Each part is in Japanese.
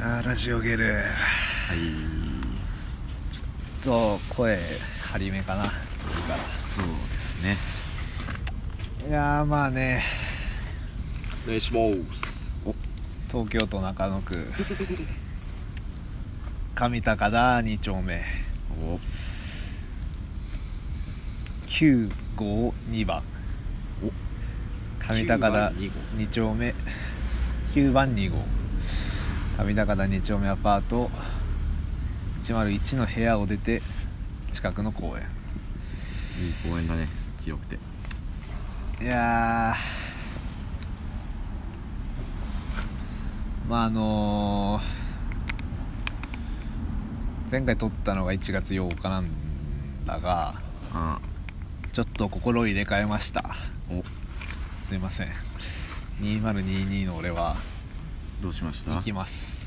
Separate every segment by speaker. Speaker 1: あーラジオゲル
Speaker 2: はい
Speaker 1: ちょっと声張り目かないいから
Speaker 2: そうですね
Speaker 1: いやーまあね
Speaker 2: お願いします
Speaker 1: 東京都中野 区上高田2丁目
Speaker 2: お
Speaker 1: 952番
Speaker 2: お
Speaker 1: 上高田
Speaker 2: 952
Speaker 1: 2丁目9番2号上高田2丁目アパート101の部屋を出て近くの公園
Speaker 2: いい公園だね広くて
Speaker 1: いやーまああのー前回撮ったのが1月8日なんだが
Speaker 2: あ
Speaker 1: ちょっと心を入れ替えました
Speaker 2: お
Speaker 1: すいません2022の俺は
Speaker 2: どうしました
Speaker 1: 行きます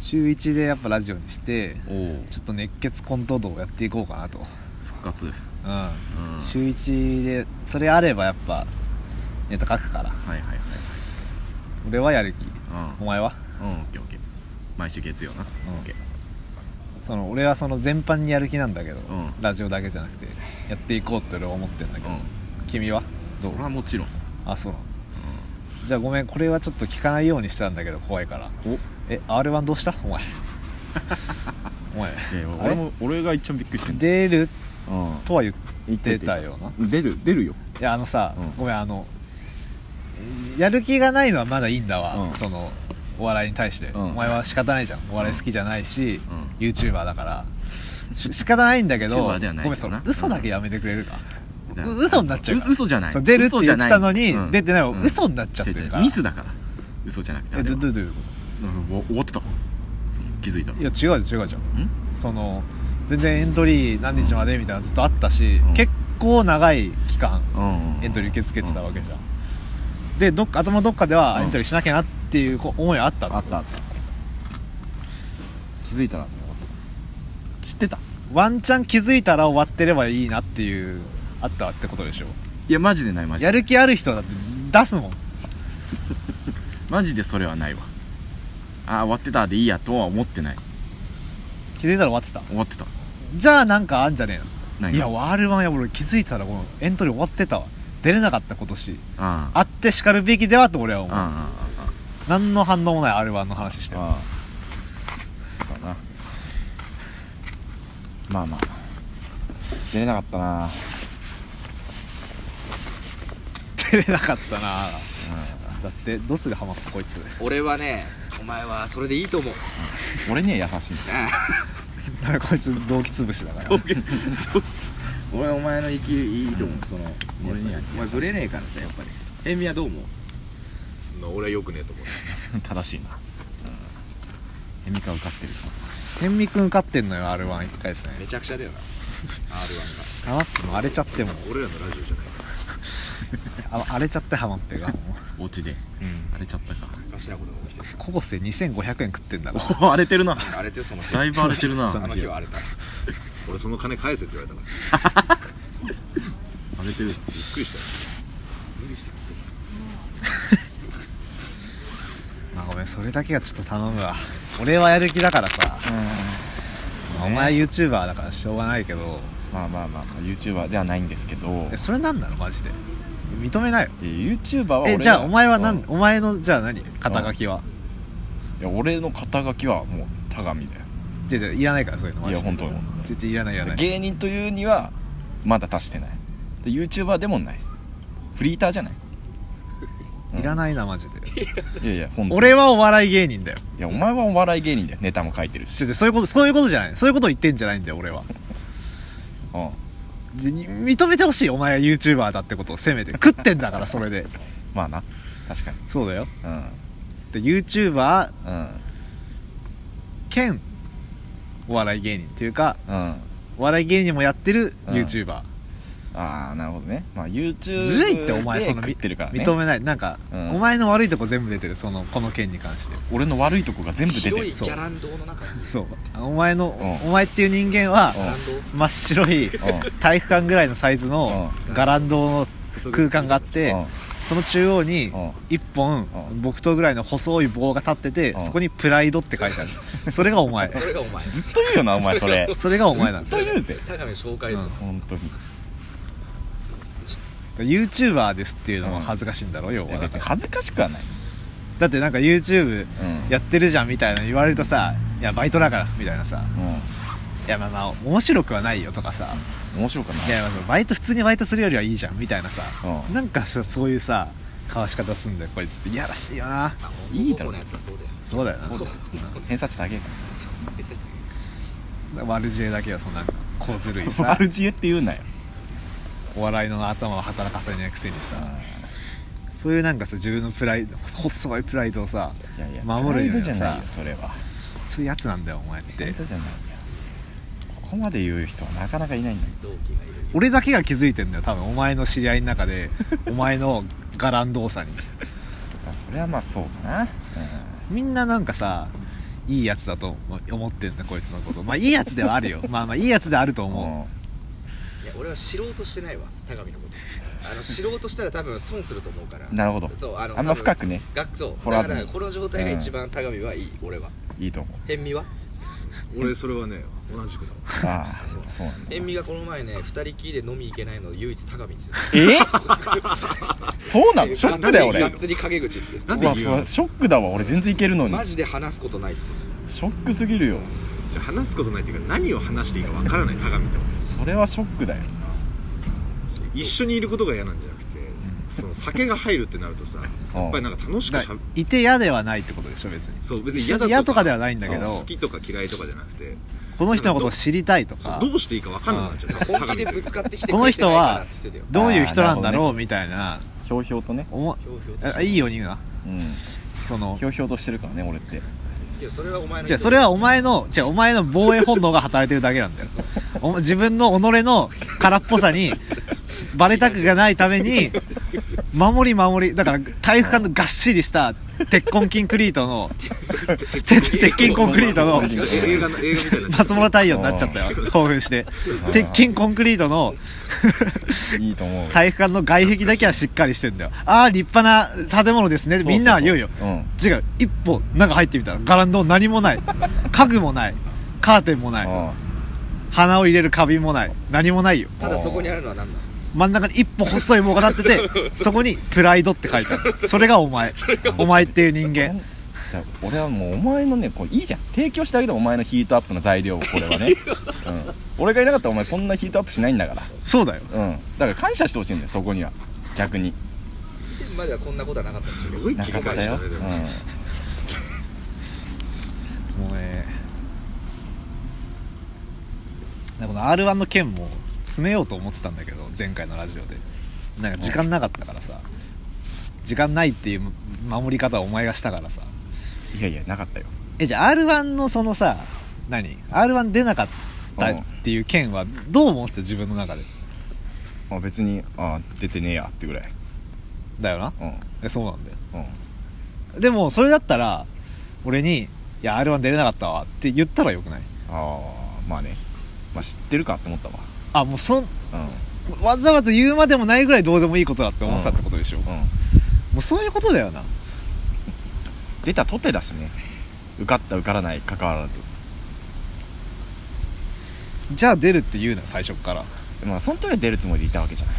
Speaker 1: 週1でやっぱラジオにして
Speaker 2: おお
Speaker 1: ちょっと熱血コント道をやっていこうかなと
Speaker 2: 復活うん
Speaker 1: うん、
Speaker 2: は
Speaker 1: 週1でそれあればやっぱネタ書くから
Speaker 2: いはいはい
Speaker 1: 俺はやる気
Speaker 2: はい
Speaker 1: お前は
Speaker 2: うんうんオッケーオッケー毎週月曜な、
Speaker 1: うん
Speaker 2: オッケー
Speaker 1: その俺はその全般にやる気なんだけど、
Speaker 2: ん
Speaker 1: ラジオだけじゃなくてやっていこうって俺は思ってんだけ
Speaker 2: う
Speaker 1: ど、
Speaker 2: ん
Speaker 1: 君は
Speaker 2: それはもちろん
Speaker 1: あそうなのじゃあごめんこれはちょっと聞かないようにしてたんだけど怖いから
Speaker 2: おい
Speaker 1: え R1 どうした お前お前
Speaker 2: やいや
Speaker 1: あれ
Speaker 2: 俺も俺が一番びっくりしてんだ
Speaker 1: 出る
Speaker 2: うん
Speaker 1: とは言ってたよな
Speaker 2: 出る出るよ
Speaker 1: いやあのさ、
Speaker 2: うん
Speaker 1: ごめんあのやる気がないのはまだいいんだわ、
Speaker 2: うん
Speaker 1: そのお笑いに対して、
Speaker 2: うん
Speaker 1: お前は仕方ないじゃんお笑い好きじゃないし、
Speaker 2: う
Speaker 1: YouTuber だからし仕方ないんだけど
Speaker 2: YouTuber ではない
Speaker 1: ごめん
Speaker 2: けど
Speaker 1: そ
Speaker 2: な
Speaker 1: の嘘だけやめてくれるか、
Speaker 2: だ
Speaker 1: う嘘になっちゃうから
Speaker 2: 嘘じゃない
Speaker 1: そう出るって言ってたのに
Speaker 2: 嘘じゃい
Speaker 1: 出てないの
Speaker 2: うん
Speaker 1: 嘘になっちゃってる
Speaker 2: 違う違う
Speaker 1: から
Speaker 2: ミスだから嘘じゃなくてあ
Speaker 1: え
Speaker 2: れ
Speaker 1: ど
Speaker 2: は
Speaker 1: どどういうこ
Speaker 2: うんお終わってたその気づいたら
Speaker 1: といや違う違うじゃん
Speaker 2: ん
Speaker 1: その全然エントリー何日までみたいなのずっとあったし、
Speaker 2: うん
Speaker 1: 結構長い期間
Speaker 2: うんうん
Speaker 1: エントリー受け付けてたわ
Speaker 2: け
Speaker 1: けじゃん、でどっか頭どっかでは
Speaker 2: うん
Speaker 1: エントリーしなきゃなっていうこ思いはあったって
Speaker 2: あ
Speaker 1: こ
Speaker 2: っ
Speaker 1: と
Speaker 2: たあった気づいたらもう知ってた
Speaker 1: ワンチャン気づいたら終わってればいいなっていうあったってことでしょ
Speaker 2: いやマジでないマジで
Speaker 1: やる気ある人だって出すもん
Speaker 2: マジでそれはないわあー終わってたでいいやとは思ってない
Speaker 1: 気づいたら終わってた
Speaker 2: 終わってた
Speaker 1: じゃあなんかあんじゃねえの
Speaker 2: 何
Speaker 1: い
Speaker 2: が
Speaker 1: やワールワンや俺気づいてたらこのエントリー終わってたわ出れなかった今年
Speaker 2: ああ
Speaker 1: あってしかるべきではと俺は
Speaker 2: あ
Speaker 1: 思う
Speaker 2: あ
Speaker 1: 何の反応もない r 1の話してる
Speaker 2: ああそうなまあまあ出れなかったな
Speaker 1: 出れなかったなだってどうするハマったこいつ
Speaker 3: 俺はねお前はそれでいいと思う
Speaker 2: 俺には優しいんだ
Speaker 1: なんかこいつ動機潰しだから
Speaker 2: 俺お前の生きるいいと思うその俺には
Speaker 3: お前ブレねえからさやっぱり
Speaker 2: り塩味はどう思う
Speaker 3: 俺はよくねえと思う
Speaker 2: 正しいなヘミカ受かってる
Speaker 1: 天美くん勝ってんのよ r 1 1回戦
Speaker 3: めちゃくちゃだよな R1 が
Speaker 1: ハマっても荒れちゃっても
Speaker 3: 俺らのラジオじゃないか
Speaker 1: あ荒れちゃってハマってがも
Speaker 2: お家で
Speaker 1: う、うん、
Speaker 2: 荒れちゃったか
Speaker 3: らおかしなことが起きて
Speaker 1: ココセ2500円食ってんだから
Speaker 2: お荒れてるな
Speaker 3: る荒れて その日
Speaker 2: だいぶ荒れてるな
Speaker 1: そう
Speaker 3: あ
Speaker 2: 荒
Speaker 3: の日は荒れた俺その金返せって言われたから
Speaker 2: れてる
Speaker 3: びっくりしたよ無理して食って
Speaker 1: まあごめんそれだけがちょっと頼むわ俺はやる気だからさ、まあお前 YouTuber だからしょうがないけど
Speaker 2: まあまあまあまあ YouTuber ではないんですけど
Speaker 1: えそれなんなのマジで認めないよ
Speaker 2: え YouTuber は俺
Speaker 1: え
Speaker 2: が
Speaker 1: じゃあお前は何、
Speaker 2: うんい
Speaker 1: お前のじゃあ何肩書きは
Speaker 2: や俺の肩書きはもう田上だよ
Speaker 1: じゃじゃいらないからそういうのマ
Speaker 2: い
Speaker 1: ジ
Speaker 2: や
Speaker 1: で
Speaker 2: 本当に
Speaker 1: ちょちょいらないいらない
Speaker 2: 芸人というにはまだ達してないで YouTuber でもないフリーターじゃない
Speaker 1: いらないなマジで
Speaker 2: いやいや本当に
Speaker 1: 俺はお笑い芸人だよ
Speaker 2: いやお前はお笑い芸人だよネタも書いてるし
Speaker 1: ちょちょそういうことそういうことじゃないそういうことを言ってんじゃないんだよ俺は
Speaker 2: うん
Speaker 1: じ認めてほしいお前が YouTuber だってことをせめて食ってんだからそれで
Speaker 2: まあな確かに
Speaker 1: そうだよ
Speaker 2: うん
Speaker 1: で YouTuber
Speaker 2: うん
Speaker 1: 兼お笑い芸人っていうか
Speaker 2: うんあ
Speaker 1: お笑い芸人もやってる
Speaker 2: うん
Speaker 1: YouTuber、
Speaker 2: あなるほどねまあ YouTube
Speaker 1: ずるいってお前その
Speaker 2: で食ってるからね
Speaker 1: 認めないなんか、
Speaker 2: うん
Speaker 1: お前の悪いとこ全部出てるそのこの件に関して
Speaker 2: 俺の悪いとこが全部出て
Speaker 3: 広
Speaker 2: る
Speaker 3: いギャランドの中に
Speaker 1: そうお前の、
Speaker 2: うん
Speaker 1: お前っていう人間は
Speaker 3: ギャランド
Speaker 1: 真っ白い
Speaker 2: うん
Speaker 1: 体育館ぐらいのサイズの
Speaker 2: う
Speaker 1: ガランドの空間があって
Speaker 2: うん
Speaker 1: その中央に
Speaker 2: うん
Speaker 1: 1本
Speaker 2: うん
Speaker 1: 木刀ぐらいの細い棒が立ってて
Speaker 2: うん
Speaker 1: そこに「プライド」って書いてあるそれがお前
Speaker 3: それがお前
Speaker 2: ずっと言うよなお前それずっ
Speaker 1: それがお前なんだ
Speaker 2: と言うぜ
Speaker 3: 高め紹介の、
Speaker 1: うん
Speaker 2: 本当に
Speaker 1: YouTuber ですっていうのも恥ずかしいんだろ要
Speaker 2: いや
Speaker 1: は
Speaker 2: 別に恥ずかしくはない
Speaker 1: だってなんか YouTube
Speaker 2: うん
Speaker 1: やってるじゃんみたいなの言われるとさ「いやバイトだから」みたいなさ
Speaker 2: う
Speaker 1: 「いやまあまあ面白くはないよ」とかさ
Speaker 2: ん面白くはない
Speaker 1: いやまあバイト普通にバイトするよりはいいじゃんみたいなさ、
Speaker 2: うん
Speaker 1: なんかさそういうさかわし方すんだよこいつっていやらしいよな
Speaker 3: あ
Speaker 2: いいだろ
Speaker 3: 男のやつはそうだよ
Speaker 1: そうだよな
Speaker 2: そうだ よ偏差値高いか
Speaker 1: 悪知恵だけはそんな小ずるい
Speaker 2: ら
Speaker 1: さ
Speaker 2: 悪知恵って言うなよ
Speaker 1: お笑いの頭を働かせないくせにさそういうなんかさ自分のプライド細いプライドをさ
Speaker 2: いやいや
Speaker 1: 守るよ
Speaker 2: プ
Speaker 1: う
Speaker 2: ライド
Speaker 1: な
Speaker 2: じゃない
Speaker 1: さ
Speaker 2: よそれは
Speaker 1: そういうやつなんだよお前っ
Speaker 2: プライ
Speaker 1: て
Speaker 2: ドじゃないよここまで言う人はなかなかいないんだよ
Speaker 3: 同期がいる
Speaker 1: 俺だけが気づいてんだよ多分お前の知り合いの中でお前の伽藍動作に
Speaker 2: まあそれはまあそうかな、うん
Speaker 1: みんななんかさいいやつだと思ってんだこいつのことまあいいやつではあるよまあまあいいやつであると思
Speaker 3: いや俺は知ろうとしてないわ高見のことあの知ろうとしたら多分損すると思うから
Speaker 2: なるほど
Speaker 3: そうあの
Speaker 2: あんま深くね
Speaker 3: 学そう
Speaker 2: 掘ら
Speaker 3: だ
Speaker 2: ず
Speaker 3: か
Speaker 2: に
Speaker 3: らこの状態が一番高見はいい、俺はい
Speaker 2: いと思う
Speaker 3: 塩味は
Speaker 4: 俺それはね同じくだ
Speaker 2: ああそうなんだ
Speaker 3: 塩味がこの前ね2人きりで飲み行けないの唯一高見ですよ
Speaker 2: えそうなのショックだよ俺
Speaker 3: がっつり陰口ですよ
Speaker 4: なん
Speaker 2: う
Speaker 4: で
Speaker 2: わ
Speaker 4: 理由
Speaker 2: そうショックだわ俺全然いけるのに
Speaker 3: マジで話すことないですよ
Speaker 2: ショックすぎるよ
Speaker 4: じゃあ話すことないっていうか何を話していいかわからない高見と
Speaker 2: それはショックだよ
Speaker 4: 一緒にいることが嫌なんじゃなくてその酒が入るってなるとさやっぱりなんか楽し
Speaker 1: う
Speaker 4: く
Speaker 1: だ
Speaker 4: し
Speaker 1: か
Speaker 4: ゃ
Speaker 1: らいて嫌ではないってことでしょ別に
Speaker 4: そう別に
Speaker 1: 一緒
Speaker 4: 嫌だ
Speaker 1: に嫌とかではないんだけ
Speaker 4: そう
Speaker 1: ど
Speaker 4: 好きとか嫌いとかじゃなくて
Speaker 1: この人のことを知りたいと
Speaker 4: そう
Speaker 1: か
Speaker 4: どうしていいかわかんなくなっちゃう
Speaker 3: 本
Speaker 4: 高
Speaker 3: 気
Speaker 4: 見
Speaker 3: でぶ
Speaker 4: と
Speaker 3: つかってきて
Speaker 1: こ
Speaker 3: く
Speaker 1: の
Speaker 3: れて
Speaker 1: 人
Speaker 3: ないかな
Speaker 1: は
Speaker 3: って言ってたよ
Speaker 1: どういう人なんだろうみたいな
Speaker 2: ひょうひょうとね
Speaker 1: おも
Speaker 3: ひょうひょうと
Speaker 1: あいいように言うな
Speaker 2: うん
Speaker 1: その
Speaker 2: ひょうひょうとしてるからね俺って
Speaker 3: いやそれはお前の
Speaker 1: じゃそれはお前のじゃお前の防衛本能が働いてるだけなんだよお自分の己の空っぽさにバレたくがないために守り守りだから体育館のがっしりした鉄痕キンクリートの鉄鉄筋コンクリートの
Speaker 4: 映画の映画みたいになっち
Speaker 1: 松
Speaker 4: ゃう
Speaker 1: 村太陽になっちゃったよ興奮して鉄筋コンクリートの
Speaker 2: いいと思う
Speaker 1: 体育館の外壁だけはしっかりしてんだよああ立派な建物ですねみんなは言うよ
Speaker 2: うん
Speaker 1: 違う一歩中入ってみたらガランド何もない 家具もないカーテンもない花を入れる花瓶もない何もないよ
Speaker 3: ただそこにあるのは何なの
Speaker 1: 真ん中に一歩細い棒が立って てそこに「プライド」って書いてあるそれがお前お前っていう人間
Speaker 2: じゃあ俺はもうお前のねこういいじゃん提供してあげてお前のヒートアップの材料をこれ はね、うん、俺がいなかったらお前こんなヒートアップしないんだから
Speaker 1: そうだよ
Speaker 2: うんだから感謝してほしいんだよそこには逆に
Speaker 3: 以前まではこんなことはなかったんです
Speaker 4: す
Speaker 3: けど
Speaker 4: ごい
Speaker 2: な
Speaker 4: 切
Speaker 2: か
Speaker 4: り
Speaker 2: った
Speaker 4: 返し
Speaker 2: よ、
Speaker 4: た
Speaker 2: うん
Speaker 4: ねでも、
Speaker 1: もうねなんかこの r 1の件も詰めようと思ってたんだけど前回のラジオでなんか時間なかったからさ時間ないっていう守り方をお前がしたからさ
Speaker 2: いやいやなかったよ
Speaker 1: えじゃあ R1 のそのさ何 R1 出なかったっていう件はどう思ってた自分の中で
Speaker 2: あ別にあ出てねえやってぐらい
Speaker 1: だよな
Speaker 2: うん
Speaker 1: えそうなんだよ
Speaker 2: うん
Speaker 1: でもそれだったら俺に「いや R1 出れなかったわ」って言ったらよくない
Speaker 2: ああまあね、まあ、知ってるかって思ったわ
Speaker 1: あもうそん
Speaker 2: うん
Speaker 1: わざわざ言うまでもないぐらいどうでもいいことだって思ってたってことでしょ、も
Speaker 2: うん
Speaker 1: うそういうことだよな
Speaker 2: 出たとてだしね受かった受からない関わらず
Speaker 1: じゃあ出るって言うな最初っから
Speaker 2: まあその時は出るつもりでいたわけじゃない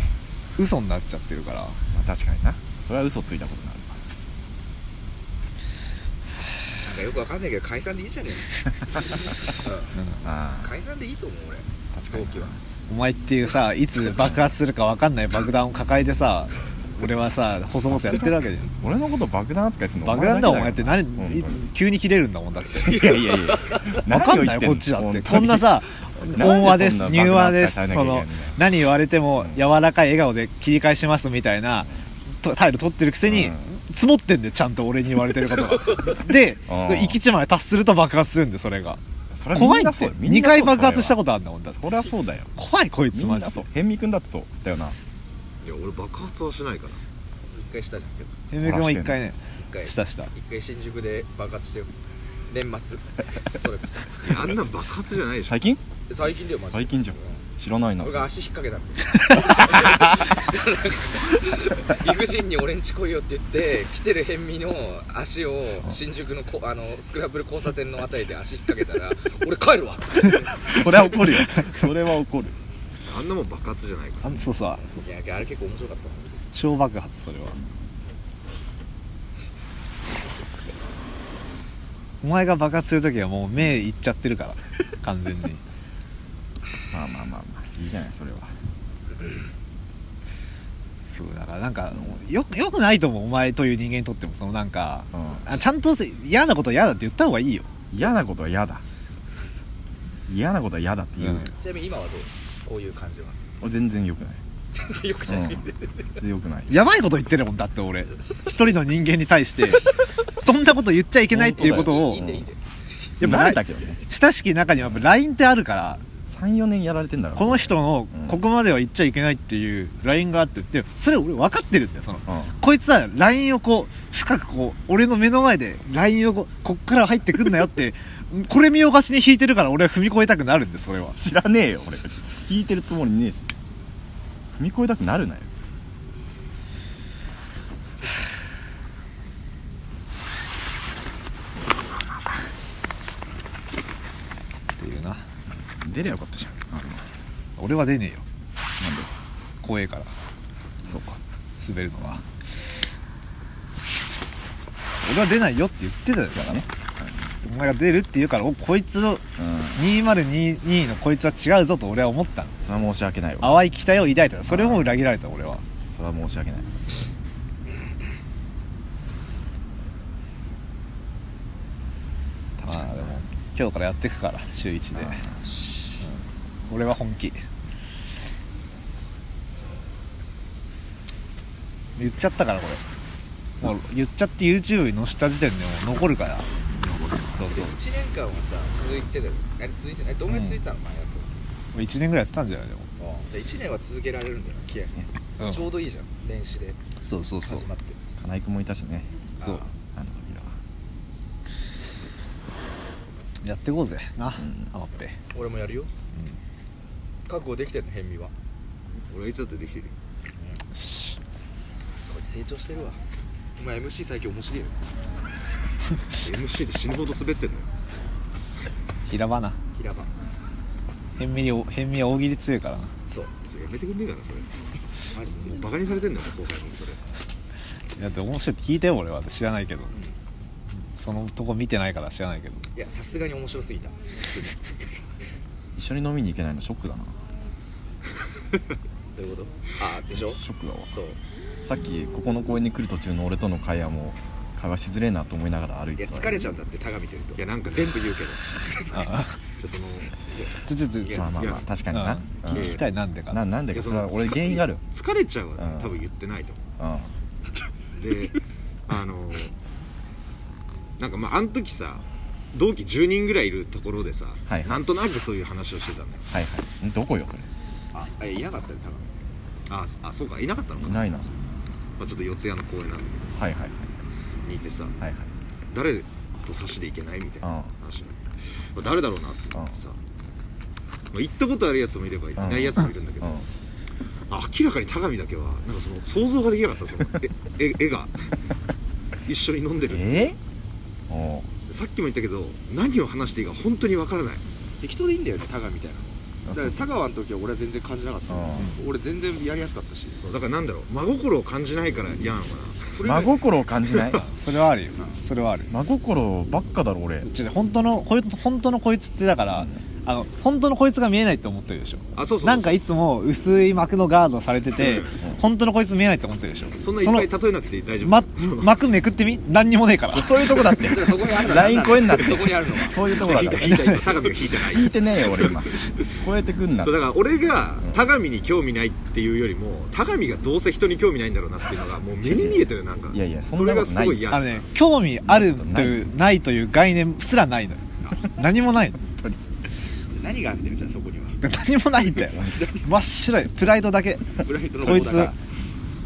Speaker 1: 嘘になっちゃってるから
Speaker 2: まあ確かになそれは嘘ついたことになる
Speaker 3: なんかよくわかんないけど解散でいいじゃねえの、う ん
Speaker 2: あ
Speaker 3: 解散でいいと思う俺
Speaker 2: 確かに
Speaker 3: 同期は
Speaker 1: お前っていうさいつ爆発するか分かんない爆弾を抱えてさ俺はさ細々やってるわけじゃん
Speaker 2: 俺のこと爆弾扱いするの
Speaker 1: 爆弾だお前って何、
Speaker 2: 本当に
Speaker 1: 急に切れるんだもんだって
Speaker 2: いやいやいや
Speaker 1: 分かんない
Speaker 2: 何を言て
Speaker 1: こっちだって
Speaker 2: 本当
Speaker 1: こ
Speaker 2: に
Speaker 1: んなさ
Speaker 2: なんで
Speaker 1: 音話で
Speaker 2: そ
Speaker 1: す
Speaker 2: んな
Speaker 1: 入話です
Speaker 2: 爆弾扱いされなき
Speaker 1: そ
Speaker 2: ゃいけな
Speaker 1: の
Speaker 2: いんだよ
Speaker 1: 何言われても
Speaker 2: ん
Speaker 1: 柔らかい笑顔で切り返しますみたいなと態度取ってるくせに、
Speaker 2: うん
Speaker 1: 積もってんだよちゃんと俺に言われてることが で
Speaker 2: うん
Speaker 1: 行き地まで達すると爆発するんでそれが
Speaker 2: それはみ
Speaker 1: 怖
Speaker 2: ん
Speaker 1: い
Speaker 2: な
Speaker 1: っ
Speaker 2: そう
Speaker 1: て
Speaker 2: よみんな
Speaker 1: 2回爆発したこととあんだもんだって
Speaker 2: それはそうだよ
Speaker 1: 怖いこい
Speaker 2: み
Speaker 1: つ
Speaker 2: ん
Speaker 1: マ
Speaker 2: な
Speaker 1: ジで
Speaker 2: そう辺見君だってそうだよない
Speaker 4: や俺爆発はしないから
Speaker 3: 一回したじゃんけど
Speaker 1: ヘメ君も1回ね
Speaker 3: 一回
Speaker 1: したした
Speaker 3: 一回新宿で爆発してよ年末それこ そ
Speaker 4: いやあんな爆発じゃないでしょ
Speaker 2: 最近
Speaker 3: 最近だよマジで
Speaker 2: 最近じゃん
Speaker 3: う
Speaker 2: 知らないな
Speaker 3: 俺
Speaker 2: そ
Speaker 3: が
Speaker 2: れ
Speaker 3: 足引っ掛けたの したらなんか理不尽に俺んち来いよって言って来てる辺見の足を新宿のこあのスクランブル交差点のあたりで足引っ掛けたら俺帰るわって
Speaker 2: それは怒るよ それは怒る
Speaker 4: あんなもん爆発じゃないか
Speaker 2: あそうさそう
Speaker 3: いやあれ結構面白かったな
Speaker 2: 小爆発それは
Speaker 1: お前が爆発する時はもう目いっちゃってるから完全 に
Speaker 2: まあまあまあまあいいじゃないそれは
Speaker 1: そうだからなんかよよくないと思うお前という人間にとってもそのなんか
Speaker 2: うん
Speaker 1: あちゃんとせ嫌なことは嫌だって言った方がいいよ
Speaker 2: 嫌なことは嫌だ嫌なことは嫌だって言うのよ、
Speaker 3: ちなみに今はどうこういう感じは
Speaker 2: 俺全然良くない
Speaker 3: 全然よく
Speaker 2: うん
Speaker 3: ない、
Speaker 2: 全然良くない
Speaker 1: やばいこと言ってるもんだって俺一人の人間に対してそんなこと言っちゃいけないっていうことを
Speaker 3: いいんでいいんで
Speaker 2: で
Speaker 1: やっ
Speaker 2: も
Speaker 1: ぱ
Speaker 2: 慣れたけどね
Speaker 1: 親しき中にはやっぱ LINE ってあるから
Speaker 2: 34年やられてんだから
Speaker 1: この人の
Speaker 2: うん
Speaker 1: ここまでは言っちゃいけないっていう LINE があってでそれ俺分かってるんだよその
Speaker 2: うん
Speaker 1: こいつは LINE をこう深くこう俺の目の前で LINE をこうこっから入ってくんなよって これ見よがしに引いてるから俺は踏み越えたくなるんでそれは
Speaker 2: 知らねえよ俺聞いてるつもりねえし踏み越えたくなるなよ
Speaker 1: っていうな
Speaker 2: 出りゃよかったじゃんあのなんで
Speaker 1: 俺は出ねえよ怖えから
Speaker 2: そうか
Speaker 1: 滑るのは俺は出ないよって言ってたです
Speaker 2: そう
Speaker 1: から
Speaker 2: だ
Speaker 1: ね
Speaker 2: ね
Speaker 1: お前が出るって言うからおこいつの
Speaker 2: うん
Speaker 1: 2022のこいつは違うぞと俺は思ったの
Speaker 2: それは申し訳ないわ
Speaker 1: 淡い期待を抱いたそれも裏切られた俺は
Speaker 2: それは申し訳ない確か
Speaker 1: まあ
Speaker 2: に
Speaker 1: でも今日からやっていくから週1で、うん俺は本気言っちゃったからこれもう言っちゃって YouTube に載せた時点でもう残るからそう
Speaker 3: で
Speaker 1: そう
Speaker 3: も1年間はさ続いてたよあれ続いてないどんぐらい続いてたの前や
Speaker 1: 1年ぐらいやってたんじゃないでも
Speaker 3: つはで1年は続けられるんだよ気合いね、
Speaker 1: うん
Speaker 3: ちょうどいいじゃん年始で
Speaker 1: そうそうそう
Speaker 3: 始まって
Speaker 2: 金井君もいたしね
Speaker 1: そう
Speaker 2: あの時は
Speaker 1: やってこうぜな
Speaker 2: うん
Speaker 1: あまっぺ
Speaker 3: 俺もやるよ、覚悟できてるの変身はこ
Speaker 4: 俺はいつだってできてるよ
Speaker 1: し
Speaker 3: いつ成長してるわお前 MC 最近 面白いよ
Speaker 4: MC で死ぬほど滑ってんのよ
Speaker 1: 平場な
Speaker 3: 平場
Speaker 1: 変身に変身は大喜利強いからな
Speaker 3: そう
Speaker 4: ちょやめてくんねえかなそれも
Speaker 3: マジで
Speaker 4: うバカにされてんだよ後輩もそれ
Speaker 1: だって面白いって聞いたよ俺は知らないけど、そのとこ見てないから知らないけど
Speaker 3: いやさすがに面白すぎた
Speaker 2: 一緒に飲みに行けないのショックだな
Speaker 3: どういうことああでしょ
Speaker 2: ショックだわ
Speaker 3: そう
Speaker 2: さっきここの公園に来る途中の俺との会話も会話しづれえなと思いながら歩い
Speaker 3: い
Speaker 2: て
Speaker 3: や
Speaker 2: た
Speaker 3: 疲れちゃうんだってタガ見てると
Speaker 4: いやなんか
Speaker 3: 全
Speaker 4: 全部
Speaker 3: 部言うけ
Speaker 4: じゃそのい
Speaker 1: ちょちょちょ
Speaker 4: い
Speaker 1: ちょ
Speaker 4: や
Speaker 2: まあまあまあ
Speaker 4: いや
Speaker 2: 確かにな、
Speaker 1: うん聞きたいなんでか
Speaker 2: ななんで
Speaker 4: や
Speaker 2: か
Speaker 4: そ
Speaker 2: それ
Speaker 4: の
Speaker 2: は俺原因がある
Speaker 4: 疲れちゃうはね
Speaker 2: うん
Speaker 4: 多分言ってないと思
Speaker 2: うん
Speaker 4: うであのなんかまああの時さ同期10人ぐらいいるところでさ、
Speaker 2: はい
Speaker 4: なんとなくそういう話をしてたんだよ
Speaker 2: はいはいんどこよそれ
Speaker 3: どああいなかったねタガ
Speaker 4: ああそうかいなかったのか
Speaker 2: い
Speaker 4: な、
Speaker 2: ないなは
Speaker 4: まあ、ちょっと四谷の公園なんだけ
Speaker 2: いはいはい
Speaker 4: どにいてさ
Speaker 2: はいはい
Speaker 4: 誰と差しでいけないみたいな話になって、まあ誰だろうなって思ってさ、まあ、行ったことあるやつもいればいないやつもいるんだけど、
Speaker 2: うん
Speaker 4: あ明らかに田上だけはなんかその想像ができなかったそのええ絵が一緒に飲んでる
Speaker 2: えー、おう
Speaker 4: さっきも言ったけど何を話していいか本当にわからない
Speaker 3: 適当でいいんだよねタガみたい
Speaker 2: あ
Speaker 3: なだか
Speaker 2: そう
Speaker 3: ら佐川の時は俺は全然感じなかった
Speaker 2: あ
Speaker 3: 俺全然やりやすかったし
Speaker 4: だからなんだろう真心を感じないから嫌なのかなそれ
Speaker 2: 真
Speaker 4: が
Speaker 2: 心を感じない
Speaker 1: それはあるよそれはある
Speaker 2: 真心ばっかだろ俺
Speaker 1: ちょ本当のこい本当のこいつってだから、あの本当のこいつが見えないって思ってるでしょ
Speaker 4: あそうそうそう
Speaker 1: なんかいつも薄い膜のガードされてて、本当のこいつ見えないって思ってるでしょ
Speaker 4: そんないっぱい例えなくて大
Speaker 1: そ
Speaker 4: 丈
Speaker 1: の
Speaker 4: 夫、
Speaker 1: ま、膜めくってみ何にもねえから
Speaker 2: そういうとこだって
Speaker 3: だから そこにあるのは
Speaker 2: LINE 声になって
Speaker 3: そこにあるのは
Speaker 2: そういうとこだ
Speaker 4: 引
Speaker 2: か
Speaker 4: いた
Speaker 2: ら
Speaker 4: 引いた今相模が引いてな
Speaker 2: 聞い
Speaker 4: い
Speaker 2: てねえよ俺今超えてくんな
Speaker 4: そうだから俺が田上に興味ないっていうよりも田上がどうせ人に興味ないんだろうなっていうのがもう目に見えてるなんか
Speaker 2: いやいやそ
Speaker 4: そ
Speaker 2: んな
Speaker 4: れ
Speaker 2: こ
Speaker 4: が
Speaker 2: と
Speaker 4: す
Speaker 2: ない
Speaker 4: ごい嫌
Speaker 1: あ
Speaker 4: で
Speaker 1: の
Speaker 4: さ
Speaker 1: ね興味あるというないという概念すらないのよ何もないの
Speaker 3: 何があんだよじゃあそこには
Speaker 1: 何もない んだよ真っ白いプライドだけ
Speaker 3: ブライトの
Speaker 1: こい
Speaker 3: だ
Speaker 1: つ
Speaker 3: から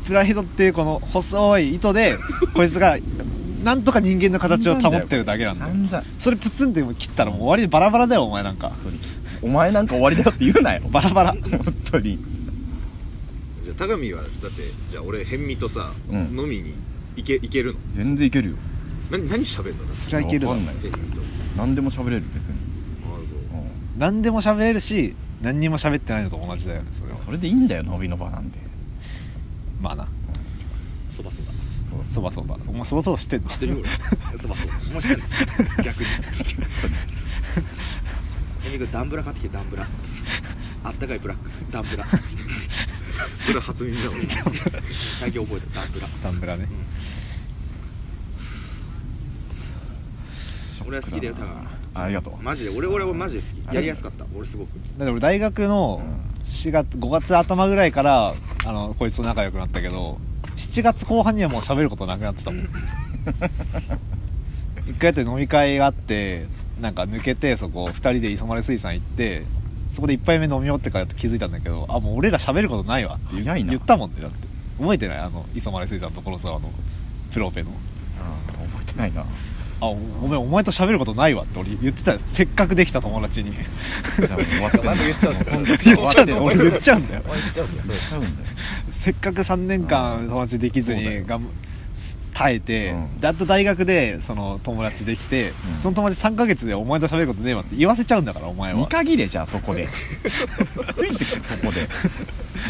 Speaker 1: プライドっていうこの細い糸でこいつがなんとか人間の形を保ってるだけなんだよ
Speaker 2: 散々
Speaker 1: それプツンって切ったらもう終わりでバラバラだよお前なんか
Speaker 2: 鳥お前なんか終わりだよって言うなよ
Speaker 1: バラバラ
Speaker 2: 本当に
Speaker 4: じゃあ高見はだってじゃあ俺辺見とさ、
Speaker 2: うん
Speaker 4: 飲みに行け行けるの
Speaker 2: 全然いけるよ
Speaker 4: 何何喋んのだって
Speaker 1: それはいける
Speaker 2: わ
Speaker 1: わ
Speaker 2: かんないです
Speaker 4: 辺見と
Speaker 2: 何でも喋れる別に、
Speaker 4: ああそう
Speaker 2: う
Speaker 1: 何でも喋れるし何にも喋ってないのと同じだよねそれは
Speaker 2: ん、それでいいんだよ伸びの場なんて
Speaker 1: まあな
Speaker 3: そばそば
Speaker 2: そう
Speaker 1: そばそばお前そばそば知ってんの
Speaker 3: 知ってるよ俺そばそばもしかして逆にエミ君ダンブラ買ってきてダンブラあったかいブラックダンブラ
Speaker 4: それ初耳だもん
Speaker 3: 最近覚えたダンブラ
Speaker 1: ダンブラね
Speaker 2: ショック
Speaker 3: 俺は好きだよ
Speaker 2: な
Speaker 3: 高
Speaker 2: ありがとう
Speaker 3: マジで俺俺はマジで好きやりやすかった俺すごく
Speaker 1: だって俺大学の
Speaker 2: う
Speaker 1: 4月5月頭ぐらいからあのこいつと仲良くなったけど7月後半にはもう喋ることなくなってた もん一回やって飲み会があってなんか抜けてそこ2人で磯丸水産行ってそこで1杯目飲み終わってから気づいたんだけどあもう俺ら喋ることないわって言
Speaker 2: 早いな
Speaker 1: 言ったもんねだって覚えてないあの磯丸水産の所沢のプロペの
Speaker 2: うん覚えて ないな
Speaker 1: あおお前お前と喋ることないわって俺言ってたよせっかくできた友 達に
Speaker 2: じゃあもう終わってんだ
Speaker 3: まず言っちゃうんだ
Speaker 2: もそんな
Speaker 1: 言っちゃうんだよ俺言っちゃうんだよ
Speaker 3: 言っちゃうんだよ
Speaker 2: そうちゃうんだよ
Speaker 1: せっかく3年間友達できず
Speaker 2: そうだよ
Speaker 1: にがん耐えて、
Speaker 2: うん
Speaker 1: であと大学でその友達できて、
Speaker 2: うん
Speaker 1: その友達3ヶ月で「お前と喋ることねえわ」って言わせちゃうんだからお前
Speaker 2: 見
Speaker 1: は
Speaker 2: 限れじゃあそこ でついてくるそこで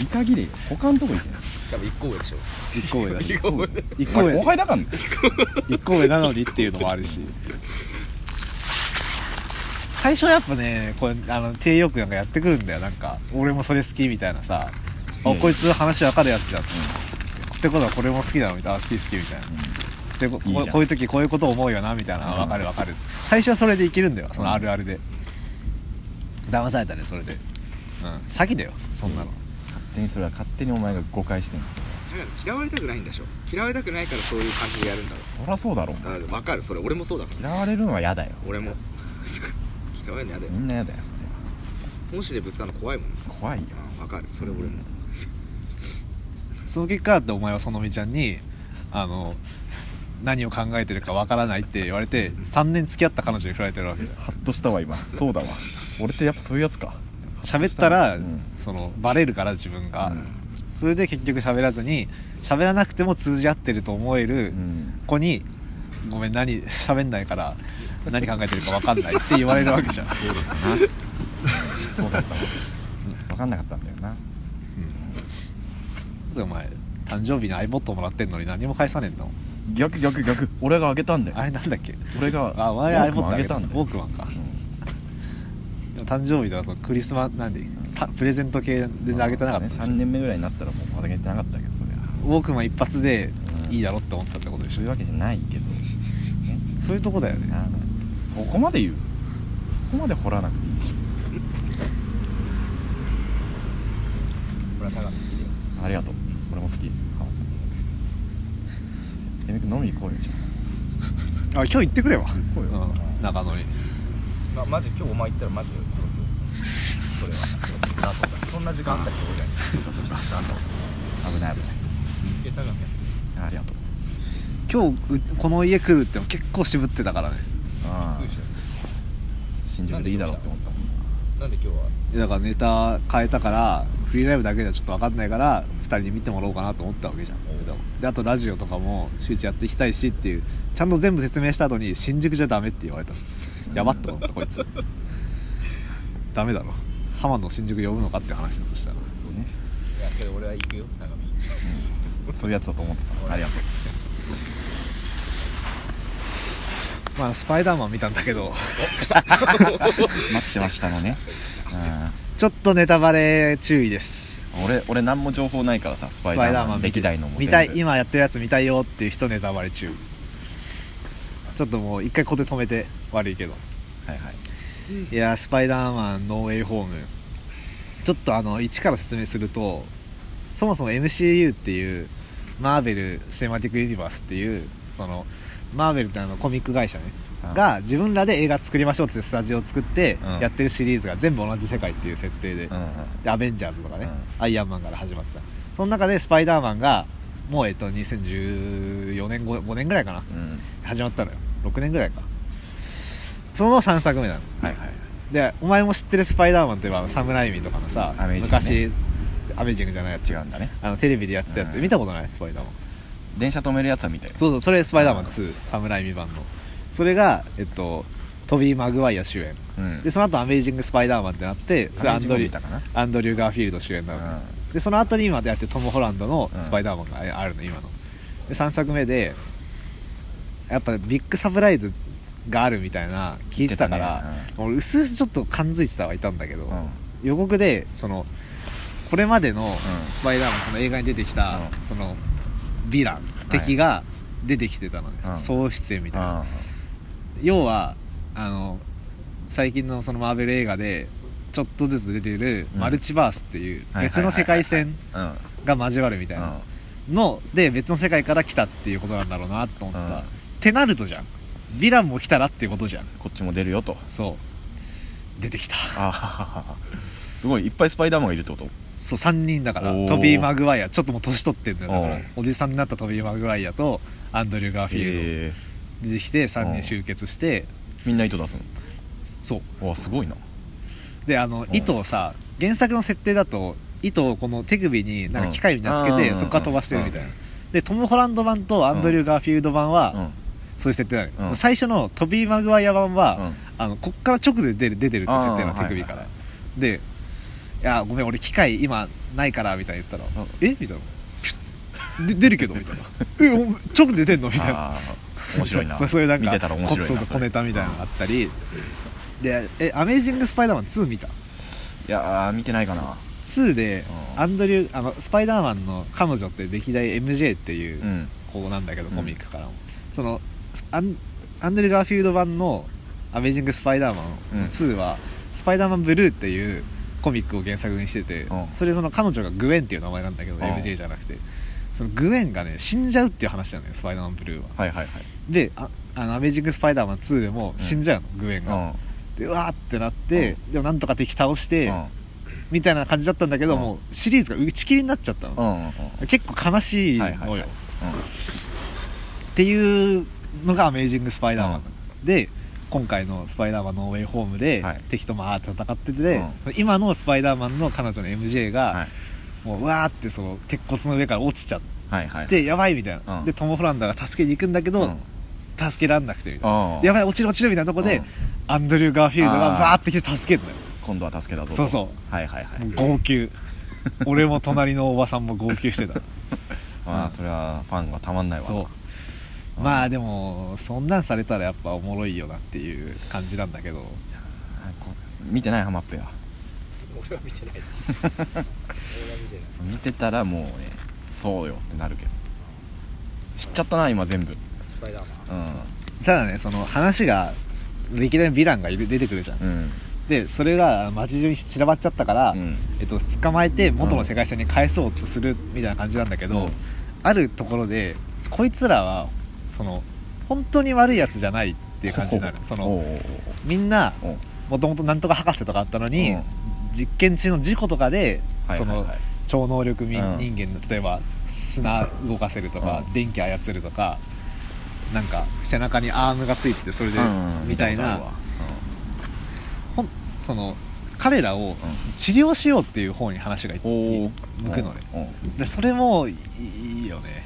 Speaker 2: 見限れよ他のとこ行けない
Speaker 3: 多分1個上でしょ
Speaker 1: 1個上だし
Speaker 3: 1個上
Speaker 1: 1個
Speaker 2: お前
Speaker 1: 上
Speaker 2: 後輩だからね
Speaker 1: 一個上なのにっていうのもあるし最初はやっぱねこれあの低欲なんかやってくるんだよなんか俺もそれ好きみたいなさ、
Speaker 2: うん
Speaker 1: あこいつ話分かるやつじゃん、ってことはこれも好きなのみたいなあ好き好きみたいな、でこ
Speaker 2: いいじゃん
Speaker 1: ここういう時こういうこと思うよなみたいな
Speaker 2: うん
Speaker 1: 分かる分かる最初はそれでいけるんだよそ
Speaker 2: うん
Speaker 1: のあるあるで、騙されたねそれで、うん、詐欺だよそんなの、
Speaker 2: 勝手にそれは勝手にお前が誤解してんの
Speaker 3: だから嫌われたくないんでしょ嫌われたくないからそういう感じでやるんだろ
Speaker 2: そりゃそうだろ
Speaker 3: うあ分かるそれ俺もそうだから
Speaker 2: 嫌われるのは嫌だよ
Speaker 3: 俺も 嫌われるのやだよ
Speaker 2: みんな嫌だよそれは
Speaker 3: 本心でぶつかるの怖いもん
Speaker 2: 怖いよ
Speaker 3: 分かるそれ俺も
Speaker 1: その結果だってお前はそのみちゃんにあの何を考えてるかわからないって言われて3年付き合った彼女に振られてるわけだよ
Speaker 2: ハッとしたわ今そうだわ俺ってやっぱそういうやつか
Speaker 1: 喋ったら、
Speaker 2: うん
Speaker 1: そのバレるから自分が、
Speaker 2: うん
Speaker 1: それで結局喋らずに喋らなくても通じ合ってると思え
Speaker 2: う
Speaker 1: る
Speaker 2: ん
Speaker 1: 子に「ごめん何喋んないから何考えてるかわかんない」って言われるわけ じゃん
Speaker 2: そうだったわ分かんなかったんだよな
Speaker 1: お前誕生日に iPod もらってんのに何も返さねえんだもん
Speaker 2: 逆逆逆俺があげたんだ
Speaker 1: あ
Speaker 2: よ
Speaker 1: れなんだっけ
Speaker 2: 俺が
Speaker 1: あお前
Speaker 2: ウォーク
Speaker 1: iPod あ
Speaker 2: マンあ
Speaker 1: げ
Speaker 2: げ
Speaker 1: た
Speaker 2: た
Speaker 1: ん
Speaker 2: ん
Speaker 1: だ
Speaker 2: だ
Speaker 1: ウォ
Speaker 2: よ
Speaker 1: ークマンか
Speaker 2: うん
Speaker 1: でも誕生日とかそのクリスマスなんでたプレゼント系全然あげてなかったんでしょ
Speaker 2: 3年目ぐらいになったらもうあげてなかったけどそれは
Speaker 1: ウォークマン一発で
Speaker 2: うん
Speaker 1: いいだろって思ってたってことでし
Speaker 2: そういう
Speaker 1: ょ
Speaker 2: わけじゃないけどね
Speaker 1: そういうとこだよね
Speaker 2: なそこまで言うそこまで掘らなくていいでし
Speaker 3: 俺は高見好きだよ
Speaker 2: ょありがとう俺も好きえみくん飲み行こうよじゃ
Speaker 1: あ今日行ってくれば
Speaker 2: 行こうよ
Speaker 1: ん中野に
Speaker 3: まマジ今日お前行ったらマジで殺すよそれはそうそんな時間あったっけ俺
Speaker 2: あ危ない危
Speaker 3: いや高見は好
Speaker 2: ないありがとう
Speaker 1: 今日うこの家来るっての結構渋ってたからね
Speaker 2: あ
Speaker 3: きびっくりした
Speaker 2: あ新宿でいいだろうって思ったもん
Speaker 3: なんで今日はい
Speaker 1: やだからネタ変えたからフリーライブだけじゃちょっと分かんないから2人に見てもらおうかなと思ったわけじゃんであとラジオとかも周知やっていきたいしっていうちゃんと全部説明した後に新宿じゃダメって言われたのやばっと思 ったこいつダメだろ浜野新宿呼ぶのかって話だとしたら
Speaker 2: そうね
Speaker 3: いやけど俺は行くよ高見
Speaker 2: そういうやつだと思ってたありが とう
Speaker 1: まあスパイダーマン見たんだけど
Speaker 2: 待ってましたのね
Speaker 1: ちょっとネタバレ注意です
Speaker 2: うん俺俺何も情報ないからさスパ
Speaker 1: ス
Speaker 2: イ
Speaker 1: パ
Speaker 2: ダ
Speaker 1: イ
Speaker 2: ー
Speaker 1: ダー
Speaker 2: マ
Speaker 1: マ
Speaker 2: ン
Speaker 1: ン
Speaker 2: 歴代のも
Speaker 1: 見たい今やってるやつ見たいよっていう人ネタバレ注意ちょっともう一回ここで止めて悪いけど
Speaker 2: はいはい
Speaker 1: いやースパイダーマンノーウェイホームちょっとあの一から説明するとそもそも MCU っていうマーベル・シネマティック・ユニバースっていうそのマーベルってあのコミック会社ね
Speaker 2: うん
Speaker 1: が自分らで映画作りましょうっつってスタジオを作って
Speaker 2: うん
Speaker 1: やってるシリーズが全部同じ世界っていう設定で
Speaker 2: うんうん
Speaker 1: でアベンジャーズとかね、
Speaker 2: う
Speaker 1: アイアンマンから始まったその中でスパイダーマンがもうえっと2014年 5, 5年ぐらいかな
Speaker 2: うん
Speaker 1: 始まったのよ6年ぐらいかその3作目なの
Speaker 2: はいはいはい
Speaker 1: でお前も知ってる「スパイダーマン」といえばサムライミとかのさ、
Speaker 2: アメージングね
Speaker 1: 昔アメージングじゃないやつ
Speaker 2: 違うんだね
Speaker 1: あのテレビでやってたやつ、
Speaker 2: うん
Speaker 1: 見たことないスパイダーマン
Speaker 2: 電車止めるやつは見たよ
Speaker 1: そうそうそれ「スパイダーマン2」サムライミ版のそれがえっとトビー・マグワイア主演
Speaker 2: うん
Speaker 1: でその後アメージング・スパイダーマン」ってなってそれアンドリ
Speaker 2: アメージングも見たかな
Speaker 1: アンドリュー・ガーフィールド主演なの、
Speaker 2: うん
Speaker 1: でその後に今でやってるトム・ホランドの
Speaker 2: うん
Speaker 1: スパイダーマンがああるの今ので3作目でやっぱビッグサプライズがあるみたいな聞いてたから
Speaker 2: 言って
Speaker 1: 俺うすうすちょっと感づいてたはいたんだけど、
Speaker 2: うん
Speaker 1: 予告でそのこれまでのスパイダーマンその映画に出てきた、
Speaker 2: うん
Speaker 1: そのヴィラン敵が出てきてたのね、
Speaker 2: うん
Speaker 1: 総出演みたいな、
Speaker 2: あ
Speaker 1: 要はあの最近のそのマーベル映画でちょっとずつ出てる
Speaker 2: うん
Speaker 1: マルチバースっていう
Speaker 2: はいはいはいはい
Speaker 1: 別の世界線
Speaker 2: あうん
Speaker 1: が交わるみたいな
Speaker 2: う
Speaker 1: ので別の世界から来たっていうことなんだろうなと思った、
Speaker 2: うん
Speaker 1: ってなるとじゃんヴィランも来たらっていうことじゃん
Speaker 2: んこっちも出るよと
Speaker 1: そう出てきた
Speaker 2: あはははすごいいっぱいスパイダーマンがいるってこと
Speaker 1: そう3人だから
Speaker 2: おー
Speaker 1: トビー・マグワイアちょっともう年取ってんだよだから
Speaker 2: うん
Speaker 1: おじさんになったトビー・マグワイアとアンドリュー・ガーフィール
Speaker 2: ええ
Speaker 1: ド出てきて3
Speaker 2: うん
Speaker 1: 人集結して
Speaker 2: みんな糸出す
Speaker 1: そう
Speaker 2: のわあすごいな
Speaker 1: であの
Speaker 2: うん
Speaker 1: 糸をさ原作の設定だと糸をこの手首になんか機械みたいなのつけて、
Speaker 2: うん
Speaker 1: そこから飛ばしてるみたいな、
Speaker 2: うん
Speaker 1: でトム・ホランド版とアンドリュー・ガーフィールド版は、
Speaker 2: うん
Speaker 1: そういう設定なのよ、
Speaker 2: うん
Speaker 1: 最初のトビー・マグワイア版は、
Speaker 2: うん
Speaker 1: あのこっから直で出る出てるって設定なの
Speaker 2: あー
Speaker 1: 手首から、
Speaker 2: はいはいは
Speaker 1: で「いやごめん俺機械今ないから」みたいな言ったら
Speaker 2: うん
Speaker 1: 「えみたいな「で出るけど」みたいな「えお直で出んの?」みたいな
Speaker 2: あー面白い な
Speaker 1: そうそういうなんか
Speaker 2: 見てたら面白いな
Speaker 1: こそうそう
Speaker 2: そ
Speaker 1: 小
Speaker 2: れ
Speaker 1: ネタみたいなのがあったりで「えアメージング・スパイダーマン2」見た
Speaker 2: いやー見てないかな
Speaker 1: 2で
Speaker 2: うん
Speaker 1: アンドリューあのスパイダーマンの彼女って歴代 MJ っていううん子なんだけど、
Speaker 2: うん
Speaker 1: コミックからもそのアンアンドリュー・ガーフィールド版の「アメージング・スパイダーマン」
Speaker 2: うん
Speaker 1: の2は、スパイダーマンブルーっていうコミックを原作にしてて、
Speaker 2: うん
Speaker 1: それでその彼女がグエンっていう名前なんだけど、
Speaker 2: ん
Speaker 1: MJ じゃなくてそのグエンがね死んじゃうっていう話なのよスパイダーマンブルーは
Speaker 2: はいはいはい
Speaker 1: でああの「アメージング・スパイダーマン2」でも死んじゃうの、グエンが、でうわーってなって、でもなんとか敵倒して、
Speaker 2: うん
Speaker 1: みたいな感じだったんだけど、
Speaker 2: うん
Speaker 1: もうシリーズが打ち切りになっちゃった
Speaker 2: う
Speaker 1: の、
Speaker 2: んうんうん
Speaker 1: 結構悲しいのよ、
Speaker 2: はいはいはいうん
Speaker 1: っていうのが「アメイジング・スパイダーマン」で今回の「スパイダーマンのウェイホームで」
Speaker 2: はい
Speaker 1: 敵とまあ戦ってて、
Speaker 2: う
Speaker 1: 今のスパイダーマンの彼女の MJ が、
Speaker 2: はい
Speaker 1: もうわーってその鉄骨の上から落ちちゃっ
Speaker 2: はいはい
Speaker 1: て、やばいみたいな、
Speaker 2: うん
Speaker 1: でトム・ホランダが助けに行くんだけど、
Speaker 2: うん
Speaker 1: 助けらんなくてみたいな、
Speaker 2: あー
Speaker 1: やばい落ちる落ちるみたいなとこで、
Speaker 2: うん
Speaker 1: アンドリュー・ガーフィールドが
Speaker 2: あー
Speaker 1: バーって来て助けるのよ
Speaker 2: 今度は助けたぞと
Speaker 1: そうそ
Speaker 2: はいはいはい
Speaker 1: もう号泣俺も隣のおばさんも号泣してた
Speaker 2: まあそれはファンはたまんないわ
Speaker 1: そうまあでもそんなんされたらやっぱおもろいよなっていう感じなんだけど
Speaker 2: あこ見てないハマっぺは
Speaker 3: 俺は見てないです 俺は見てない
Speaker 2: 見てたらもうねそうよってなるけど知っちゃったな今全部
Speaker 3: スパイダーマン
Speaker 2: う
Speaker 1: ただねその話が歴代のヴィランがいる出てくるじゃん、
Speaker 2: んうん
Speaker 1: でそれが街中に散らばっちゃったから、
Speaker 2: うん
Speaker 1: えっと、捕まえて元の世界線に返そうとするみたいな感じなんだけど、
Speaker 2: うん
Speaker 1: あるところでこいつらはその本当に悪いやつじゃないっていう感じになる
Speaker 2: ほほ
Speaker 1: そ
Speaker 2: おう
Speaker 1: の
Speaker 2: おう
Speaker 1: みんな
Speaker 2: おうおう
Speaker 1: もともとなんとか博士とかあったのに、
Speaker 2: うん
Speaker 1: 実験中の事故とかで、
Speaker 2: はい
Speaker 1: そ
Speaker 2: はい
Speaker 1: の
Speaker 2: はい
Speaker 1: 超能力み
Speaker 2: うん
Speaker 1: 人間の例えば砂動かせるとか、
Speaker 2: うん
Speaker 1: 電気操るとかなんか背中にアームがついててそれで、
Speaker 2: うんうん
Speaker 1: みたい
Speaker 2: 見
Speaker 1: な
Speaker 2: ことあるわ
Speaker 1: ほんその彼らを治療しようっていう方に話がい、
Speaker 2: うんおう
Speaker 1: 向くのね
Speaker 2: うんうん
Speaker 1: でそれもいいいよね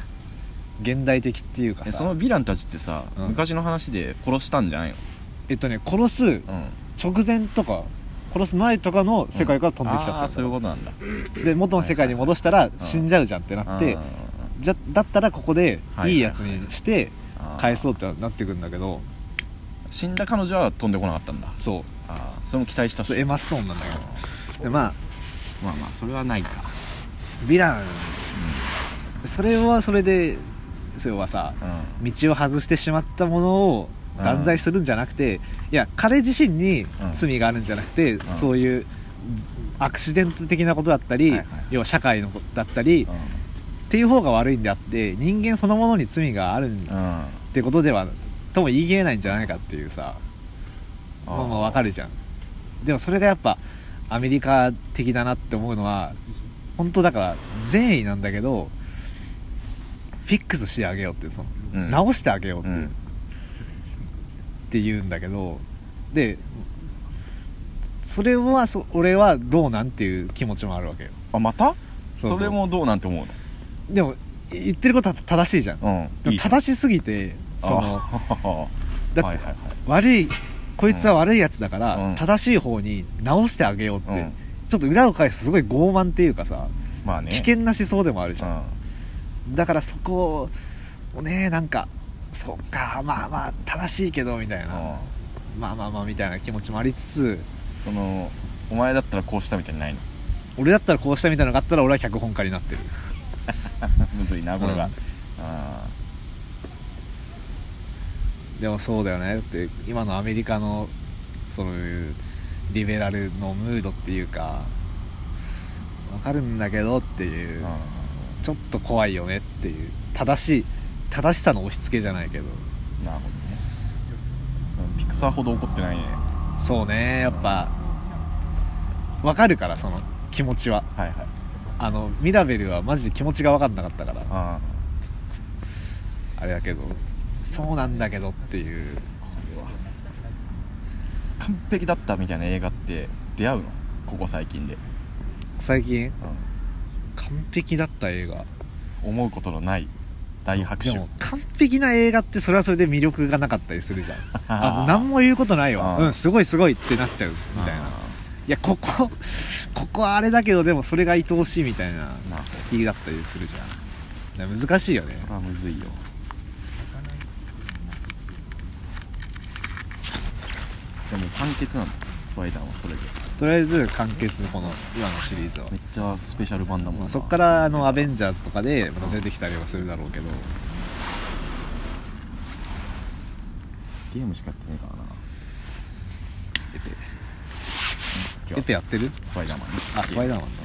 Speaker 1: 現代的っていうか
Speaker 2: え
Speaker 1: さ
Speaker 2: そのヴィランたちってさ
Speaker 1: うん
Speaker 2: 昔の話で殺したんじゃないの
Speaker 1: えっとね殺す
Speaker 2: うん
Speaker 1: 直前とか殺す前とかの世界から飛んできち
Speaker 2: あ
Speaker 1: ゃ
Speaker 2: あ
Speaker 1: っ
Speaker 2: そ
Speaker 1: た
Speaker 2: うい
Speaker 1: の
Speaker 2: うことなんだ
Speaker 1: で元の世界に戻したら死んじゃうじゃんってなって
Speaker 2: うんうんうん
Speaker 1: じゃだったらここで
Speaker 2: はいはいはい
Speaker 1: いいやつにして
Speaker 2: あー
Speaker 1: 返そうってなってくんだけど
Speaker 2: 死んだ彼女は飛んでこなかったんだ
Speaker 1: そう
Speaker 2: ああそれも期待したし
Speaker 1: それエマ・ストーンなんだけどでまあ
Speaker 2: まあまあそれはないか
Speaker 1: ヴィランそれはそれでそれはさ
Speaker 2: う
Speaker 1: 道を外してしまったものを断罪するんじゃなくて、いや彼自身に罪があるんじゃなくて、
Speaker 2: ん
Speaker 1: そういうアクシデント的なことだったり、
Speaker 2: はいはい
Speaker 1: 要は社会のことだったり、
Speaker 2: ん
Speaker 1: っ、ていう方が悪いんであって人間そのものに罪があるん
Speaker 2: うんうん
Speaker 1: ってことではとも言い切れないんじゃないかっていうさ
Speaker 2: あー
Speaker 1: まあまあわかるじゃんでもそれがやっぱアメリカ的だなって思うのは本当だから善意なんだけどフィックスしてあげようっていうその、
Speaker 2: うん
Speaker 1: 直してあげようって
Speaker 2: う
Speaker 1: いう、っ
Speaker 2: ん
Speaker 1: て言うんだけどでそれはそ俺はどうなんっていう気持ちもあるわけよ
Speaker 2: あまた
Speaker 1: そうそう
Speaker 2: それもどうなんて思う
Speaker 1: でもい言ってることは正しいじゃん
Speaker 2: のう
Speaker 1: でも
Speaker 2: んいいじゃん
Speaker 1: 正しすぎてそ の
Speaker 2: あは
Speaker 1: だって、
Speaker 2: はいはいはい
Speaker 1: 悪いこいつは悪いやつだから、
Speaker 2: うん
Speaker 1: 正しい方に直してあげようって、
Speaker 2: うん
Speaker 1: ちょっと裏を返すとすごい傲慢っていうかさ
Speaker 2: まあね
Speaker 1: 危険な思想でもあるじ
Speaker 2: う
Speaker 1: ゃん、
Speaker 2: ん
Speaker 1: だからそこをねなんかそっかまあまあ正しいけどみたいな、
Speaker 2: うん
Speaker 1: まあまあまあみたいな気持ちもありつつ
Speaker 2: そのお前だったらこうしたみたいにないの
Speaker 1: 俺だったらこうしたみたいなのがあったら俺は脚本家になってる
Speaker 2: むずいなこれ
Speaker 1: う
Speaker 2: が
Speaker 1: ん
Speaker 2: あ
Speaker 1: でもそうだよねだって今のアメリカのそういうリベラルのムードっていうかわかるんだけどっていう
Speaker 2: ーうん
Speaker 1: ちょっと怖いよねっていう正しい正しさの押し付けじゃないけど
Speaker 2: なるほどねうんピクサーほど怒ってないね
Speaker 1: そうねやっぱわかるからその気持ちは
Speaker 2: はいはい
Speaker 1: あのミラベルはマジで気持ちが分かんなかったから
Speaker 2: あ
Speaker 1: あれだけどそうなんだけどっていう
Speaker 2: ー完璧だったみたいな映画って出会うのここ最近で、
Speaker 1: 最近
Speaker 2: う
Speaker 1: 完璧だった映画
Speaker 2: ん、思うことのない大拍
Speaker 1: で
Speaker 2: 手
Speaker 1: も完璧な映画ってそれはそれで魅力がなかったりするじゃんあの何も言うことないわ
Speaker 2: あー
Speaker 1: うんすごいすごいってなっちゃうみたいないやここ ここはあれだけどでもそれが愛おしいみたいな
Speaker 2: な
Speaker 1: 好きだったりするじゃんだから難しいよね
Speaker 2: あーむずいよでも完結なんだスパイダーはそれで
Speaker 1: とりあえず完結この今のシリーズは
Speaker 2: めっちゃスペシャル版だもんな
Speaker 1: そっからあのアベンジャーズとかでまた出てきたりはするだろうけど
Speaker 2: ゲームしかやってねえからな
Speaker 1: エペ
Speaker 2: 今日
Speaker 1: エペやってる
Speaker 2: スパイダーマンね
Speaker 1: あスパイダーマンね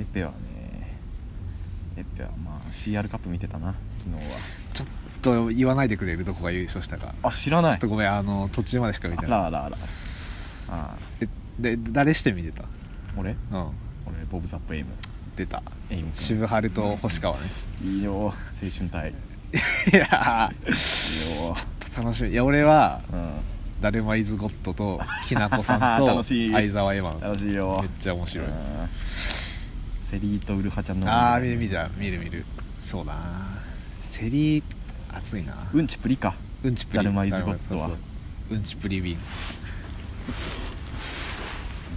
Speaker 2: エペはねエペはまあ CR カップ見てたな昨日は
Speaker 1: ちょっと言わないでくれるどこが優勝したか
Speaker 2: あ知らな
Speaker 1: ちょ
Speaker 2: い
Speaker 1: っとごめんあの途中までしか見
Speaker 2: あ
Speaker 1: てない
Speaker 2: らあらあらあ
Speaker 1: えで誰して見てた
Speaker 2: ー俺
Speaker 1: うん
Speaker 2: 俺ボブ・ザップ・エイム
Speaker 1: 出た
Speaker 2: エイム君
Speaker 1: 渋春と星川ね
Speaker 2: いいよ青春隊いい
Speaker 1: いや
Speaker 2: よ
Speaker 1: ー楽しみいや俺は
Speaker 2: うん
Speaker 1: 「だるまイズゴッド」 と「きなこさん」と
Speaker 2: 楽しい
Speaker 1: 相沢エマン
Speaker 2: 楽しいよ
Speaker 1: めっちゃ面白い
Speaker 2: うんセリーとウルハちゃんの
Speaker 1: ああ見る見る見る見るそうだなセリ熱いな
Speaker 2: うんちプリか
Speaker 1: うんちプリ
Speaker 2: だるまイズゴッドは
Speaker 1: そうそううんちプリウィン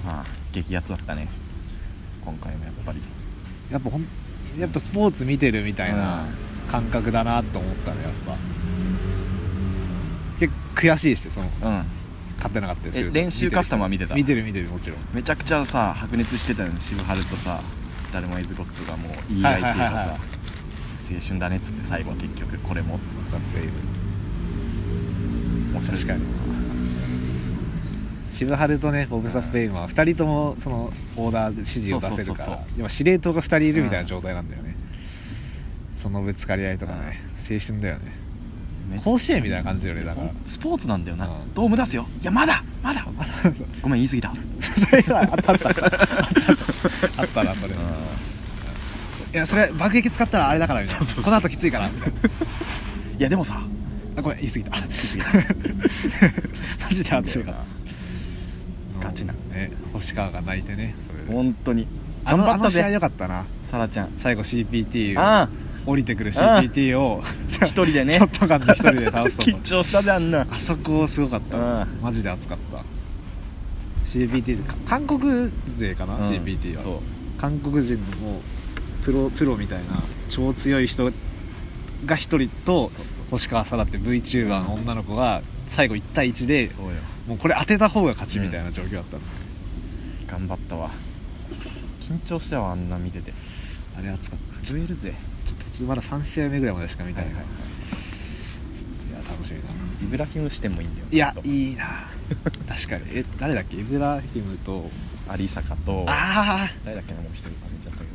Speaker 2: まあ激アツだったね今回もやっぱり
Speaker 1: やっぱほんやっぱスポーツ見てるみたいな感覚だなと思ったねやっぱ結構悔しいしその
Speaker 2: うん
Speaker 1: 勝てなかったりす
Speaker 2: え
Speaker 1: る
Speaker 2: 練習カスタムは見てた
Speaker 1: 見てる見てるもちろん
Speaker 2: めちゃくちゃさ白熱してたよね渋春とさダルマイズゴッドがもう言い合いっていうかさ、
Speaker 1: はいはいはいはい
Speaker 2: 青春だねっつって最後は結局これも
Speaker 1: サップエイブ
Speaker 2: 面白いっすね
Speaker 1: 確渋春とねボブ・サップエイムは2人ともそのオーダーで指示を出せるか
Speaker 2: そうそうそう
Speaker 1: ら
Speaker 2: そう
Speaker 1: 今司令塔が2人いるみたいな状態なんだよね、そのぶつかり合いとかね、青春だよね
Speaker 2: めっ
Speaker 1: 甲子園みたいな感じよねだか
Speaker 2: ほ
Speaker 1: ら
Speaker 2: んスポーツなんだよな、
Speaker 1: うん
Speaker 2: ドーム出すよいやまだ まだまだごめん言い過ぎた、うん、
Speaker 1: それはあったあったあったあったあったなそれいやそれ爆撃使ったらあれだからみたいなこの後きついからみたいない
Speaker 2: やでもさ
Speaker 1: あごめん言い過ぎた マジで熱いから
Speaker 2: ガチな
Speaker 1: ね星川が泣いてねそれで
Speaker 2: 本当に
Speaker 1: あの
Speaker 2: 頑張
Speaker 1: あ
Speaker 2: っ
Speaker 1: の
Speaker 2: た
Speaker 1: 試合
Speaker 2: ぜ
Speaker 1: 良かったな
Speaker 2: サラちゃん
Speaker 1: 最後 CPT を
Speaker 2: ああ
Speaker 1: 降りてくる CPT を
Speaker 2: 一人でね
Speaker 1: ショットガンで一人で倒すの
Speaker 2: 緊張したぜあんな
Speaker 1: あそこすごかった
Speaker 2: う
Speaker 1: なんマジで熱かった CPT か韓国勢かな、
Speaker 2: うん
Speaker 1: CPT は
Speaker 2: そう
Speaker 1: 韓国人のもうプロプロみたいな超強い人が一人と
Speaker 2: そうそうそう
Speaker 1: 星川さらって VTuber の女の子が最後1対1で
Speaker 2: そうよ
Speaker 1: もうこれ当てた方が勝ちみたいな状況だったの、
Speaker 2: 頑張ったわ緊張したわあんな見てて
Speaker 1: あれ熱かったちょ
Speaker 2: 震えるぜ
Speaker 1: ちょっとまだ3試合目ぐらいまでしか見たいない、
Speaker 2: はいはい
Speaker 1: いや楽しみだな
Speaker 2: イブラヒム視点もいいんだよ
Speaker 1: いや
Speaker 2: ちょっと
Speaker 1: いいな確かにえ誰だっけイブラヒムと
Speaker 2: 有坂と
Speaker 1: あ
Speaker 2: 誰だっけなもう一人忘れちゃったけ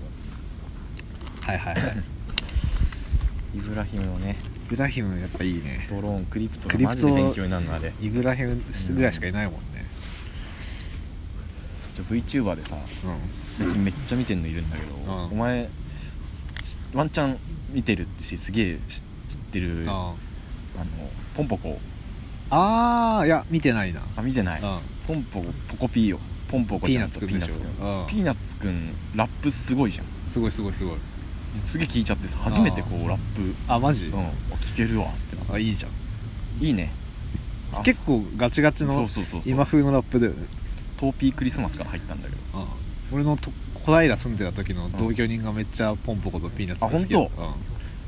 Speaker 1: あ
Speaker 2: ど
Speaker 1: はいはいはい
Speaker 2: イブラヒムのね
Speaker 1: イブラヒムやっぱいいね
Speaker 2: ドローンクリプト
Speaker 1: ク
Speaker 2: が
Speaker 1: リ
Speaker 2: マ
Speaker 1: プ
Speaker 2: ジ
Speaker 1: ト
Speaker 2: で勉強になるのあれ
Speaker 1: イブラヒムぐらいしかいないもんね
Speaker 2: ちょ VTuber でさ
Speaker 1: うん、
Speaker 2: 最近めっちゃ見てんのいるんだけど、
Speaker 1: ん
Speaker 2: お前しワンチャン見てるしすげえし知ってるあ
Speaker 1: あ
Speaker 2: のポンポコ
Speaker 1: ああいや見てないな
Speaker 5: あ見てない
Speaker 1: うん
Speaker 5: ポンポコポコピーよポンポコちゃんと
Speaker 1: ピーナッツくんでしょ
Speaker 5: ピ
Speaker 1: うん
Speaker 5: ーナッツくんラップすごいじゃん
Speaker 1: すごいすごいすごい
Speaker 5: すげえ聞いちゃってさ初めてこうラップ
Speaker 1: あマジ
Speaker 5: うんあ聞けるわってなって
Speaker 1: あいいじゃん
Speaker 5: いいねあ
Speaker 1: 結構ガチガ
Speaker 5: そ
Speaker 1: チ
Speaker 5: う
Speaker 1: の
Speaker 5: そうそうそう
Speaker 1: 今風のラップだよね
Speaker 5: トーピークリスマスから入ったんだけどさ
Speaker 1: うん俺のと小平住んでた時の同居人がめっちゃポンポコとピーナッツが好きだ
Speaker 5: あ本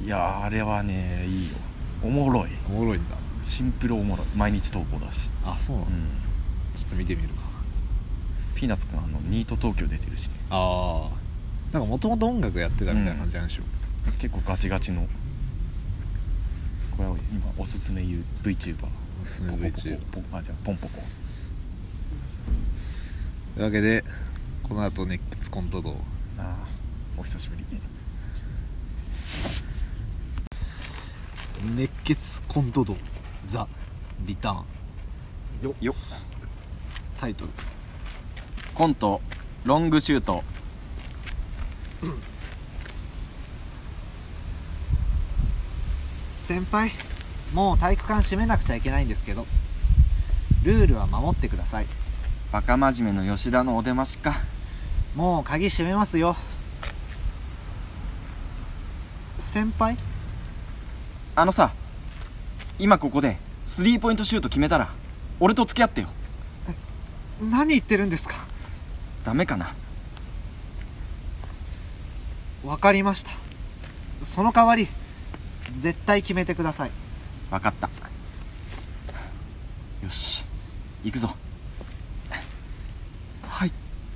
Speaker 5: いやーあれはねいいよおもろい
Speaker 1: うんおもろいんだ
Speaker 5: シンプルおもろい毎日投稿だし
Speaker 1: あそうな
Speaker 5: う
Speaker 1: の、
Speaker 5: ん
Speaker 1: ちょっと見てみるか
Speaker 5: ピーナッツくんあのニート東京出てるしね
Speaker 1: ああなんかもともと音楽やってたみたいな感じなんでしょ、
Speaker 5: 結構ガチガチのこれは今おすすめ You- VTuber ポ
Speaker 1: おすすめ
Speaker 5: コポ
Speaker 1: VTuber
Speaker 5: コポンあじゃあポンポコ
Speaker 1: というわけでこの後熱血コント道
Speaker 5: あーお久しぶり
Speaker 1: 熱血コント道ザ・リターン
Speaker 5: よよ
Speaker 1: タイトル
Speaker 5: コントロングシュート
Speaker 1: 先輩もう体育館閉めなくちゃいけないんですけどルールは守ってください
Speaker 2: バカ真面目の吉田のお出ましか
Speaker 1: もう鍵閉めますよ先輩
Speaker 2: あのさ今ここでスリーポイントシュート決めたら俺と付き合ってよ
Speaker 1: 何言ってるんですか
Speaker 2: ダメかな
Speaker 1: わかりましたその代わり絶対決めてください
Speaker 2: 分かったよし行くぞ入っ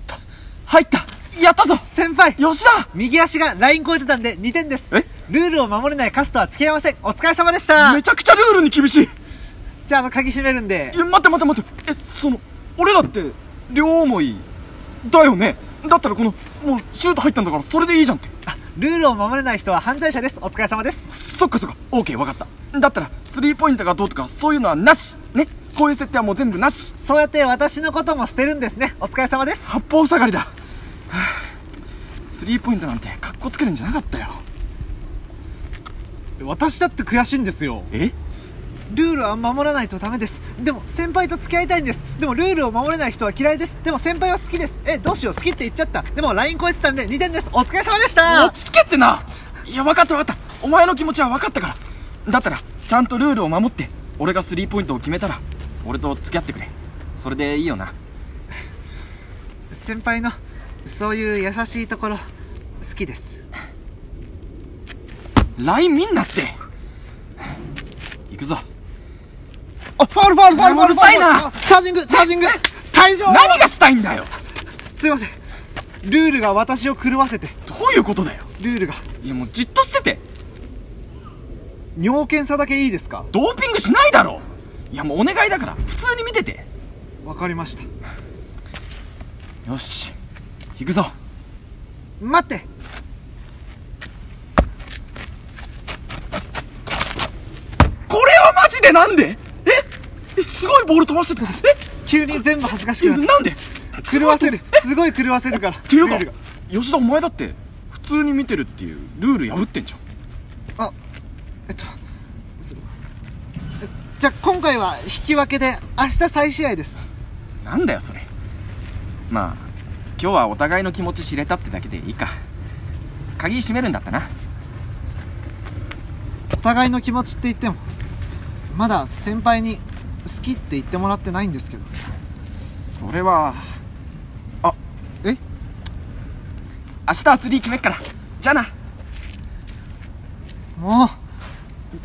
Speaker 2: た入ったやったぞ
Speaker 1: 先輩
Speaker 2: 吉田
Speaker 1: 右足がライン越えてたんで2点です
Speaker 2: え
Speaker 1: ルールを守れないカスとは付き合いませんお疲れ様でした
Speaker 2: めちゃくちゃルールに厳しい
Speaker 1: じゃああの鍵閉めるんで
Speaker 2: いや待って待って待ってえその俺らって両思いだよねだったらこのもうシュート入ったんだからそれでいいじゃんって
Speaker 1: ルールを守れない人は犯罪者ですお疲れ様です
Speaker 2: そっかそっか OK 分かっただったらスリーポイントがどうとかそういうのはなしねこういう設定はもう全部なし
Speaker 1: そうやって私のことも捨てるんですねお疲れ様です
Speaker 2: 八方塞がりだはあスリーポイントなんてかっこつけるんじゃなかったよ
Speaker 1: 私だって悔しいんですよ
Speaker 2: え
Speaker 1: ルールは守らないとダメですでも先輩と付き合いたいんですでもルールを守れない人は嫌いですでも先輩は好きですえどうしよう好きって言っちゃったでも LINE 超えてたんで2点ですお疲れ様でした
Speaker 2: 落ち着けってないや分かった分かったお前の気持ちは分かったからだったらちゃんとルールを守って俺がスリーポイントを決めたら俺と付き合ってくれそれでいいよな
Speaker 1: 先輩のそういう優しいところ好きです
Speaker 2: LINE 見んなって行くぞ
Speaker 1: あファールファールファールファール
Speaker 2: うるさいな
Speaker 1: あチャージングチャージング退場
Speaker 2: 何がしたいんだよ
Speaker 1: すいませんルールが私を狂わせて
Speaker 2: どういうことだよ
Speaker 1: ルールが
Speaker 2: いやもうじっとしてて
Speaker 1: 尿検査だけいいですか
Speaker 2: ドーピングしないだろいやもうお願いだから普通に見てて
Speaker 1: わかりました
Speaker 2: よし行くぞ
Speaker 1: 待って
Speaker 2: これはマジでなんでええすごいボール飛ばしてたえ
Speaker 1: 急に全部恥ずかしくな っ
Speaker 2: なんで
Speaker 1: た狂わせるすごい狂わせるからっ
Speaker 2: っていうか
Speaker 1: ルール
Speaker 2: 吉田お前だって普通に見てるっていうルール破ってんじゃん
Speaker 1: があえっとすえじゃあ今回は引き分けで明日再試合です
Speaker 2: なんだよそれまあ今日はお互いの気持ち知れたってだけでいいか鍵閉めるんだったな
Speaker 1: お互いの気持ちって言ってもまだ先輩に好きって言ってもらってないんですけど
Speaker 2: それはあえ明日はスリー決めっからじゃあな
Speaker 1: もう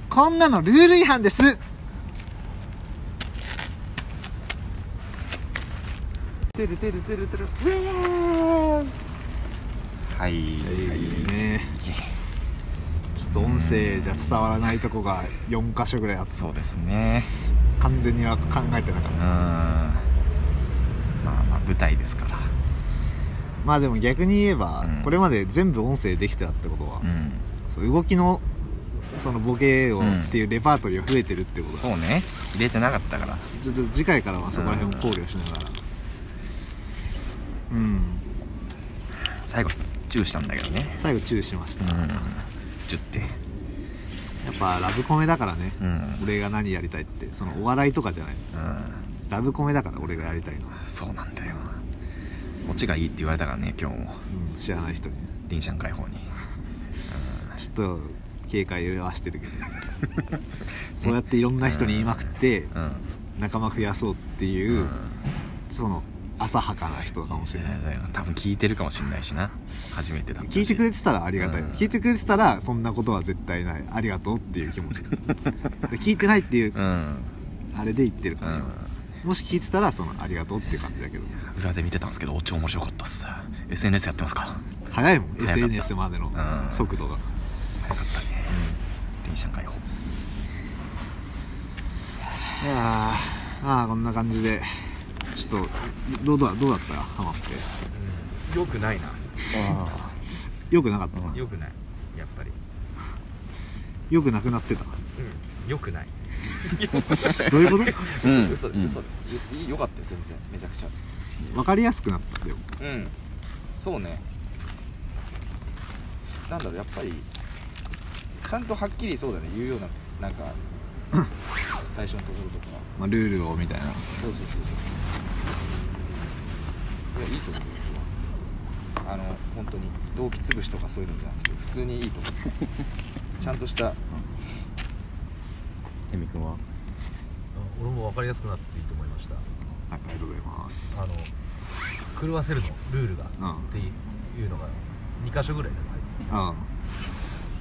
Speaker 1: こんなのルール違反ですてるてるてるてる
Speaker 2: はい
Speaker 1: ねちょっと音声じゃ伝わらないとこが4箇所ぐらいあって
Speaker 2: そうですね
Speaker 1: 完全には考えてなかっ
Speaker 2: うー
Speaker 1: た
Speaker 2: んまあまあ舞台ですから
Speaker 1: まあでも逆に言えば、
Speaker 2: うん
Speaker 1: これまで全部音声できてたってことは、
Speaker 2: ん
Speaker 1: そう動きのそのボケを、
Speaker 2: うん
Speaker 1: っていうレパートリーが増えてるってことだ
Speaker 2: そうね入れてなかったから
Speaker 1: ちょっと次回からはそこら辺を考慮しながらうん、
Speaker 2: 最後チューしたんだけどね
Speaker 1: 最後チューしました、
Speaker 2: うんチュって
Speaker 1: やっぱラブコメだからね、
Speaker 2: うん
Speaker 1: 俺が何やりたいってそのお笑いとかじゃない
Speaker 2: うん
Speaker 1: ラブコメだから俺がやりたいのは、
Speaker 2: そうなんだよオチがいいって言われたからね今日も
Speaker 1: うん、知らない人に
Speaker 2: 林ちゃん解放に
Speaker 1: ちょっと警戒はしてるけど そうやっていろんな人に言いまくって
Speaker 2: うん、
Speaker 1: 仲間増やそうっていうう、
Speaker 2: ん
Speaker 1: その浅はかな人かもしれない
Speaker 2: いやだから多分聞いてるかもしれないしな初めてだったし
Speaker 1: 聞いてくれてたらありがたい、
Speaker 2: うん
Speaker 1: 聞いてくれてたらそんなことは絶対ないありがとうっていう気 持ちで聞いてないっていう
Speaker 2: うん
Speaker 1: あれで言ってるか
Speaker 2: う
Speaker 1: ら、
Speaker 2: ん
Speaker 1: 今もし聞いてたらそのありがとうっていう感じだけど
Speaker 2: 裏で見てたんですけどオチ面白かったっす SNS やってますか
Speaker 1: 早いもん
Speaker 2: 早かった
Speaker 1: SNS までの
Speaker 2: うん
Speaker 1: 速度が、
Speaker 2: 林ちゃん解放
Speaker 1: あーあーこんな感じでちょっとどどうだどうだったハマって
Speaker 3: よくないな
Speaker 1: よくなかった、
Speaker 3: よくないやっぱり
Speaker 1: よくなくなってた
Speaker 3: うんよくない
Speaker 1: どういうこと
Speaker 2: うん
Speaker 3: 嘘
Speaker 2: うん
Speaker 3: 嘘いいよかったよ全然めちゃくちゃ
Speaker 1: 分かりやすくなったでも
Speaker 3: うんそうねなんだろうやっぱりちゃんとはっきりそうだね言うようななんか最初のところとか
Speaker 1: まあ、ルールをみたいな
Speaker 3: そうそうそうそういやいいと思う僕はあの本当に動機潰しとかそういうのじゃなくて普通にいいと思うちゃんとした
Speaker 2: えみくんは
Speaker 6: 俺も分かりやすくなっていいと思いました
Speaker 1: なんかありがとうございます
Speaker 6: あの狂わせるのルールがっ
Speaker 1: うん
Speaker 6: ていうのが2箇所ぐらいでも入って
Speaker 1: あ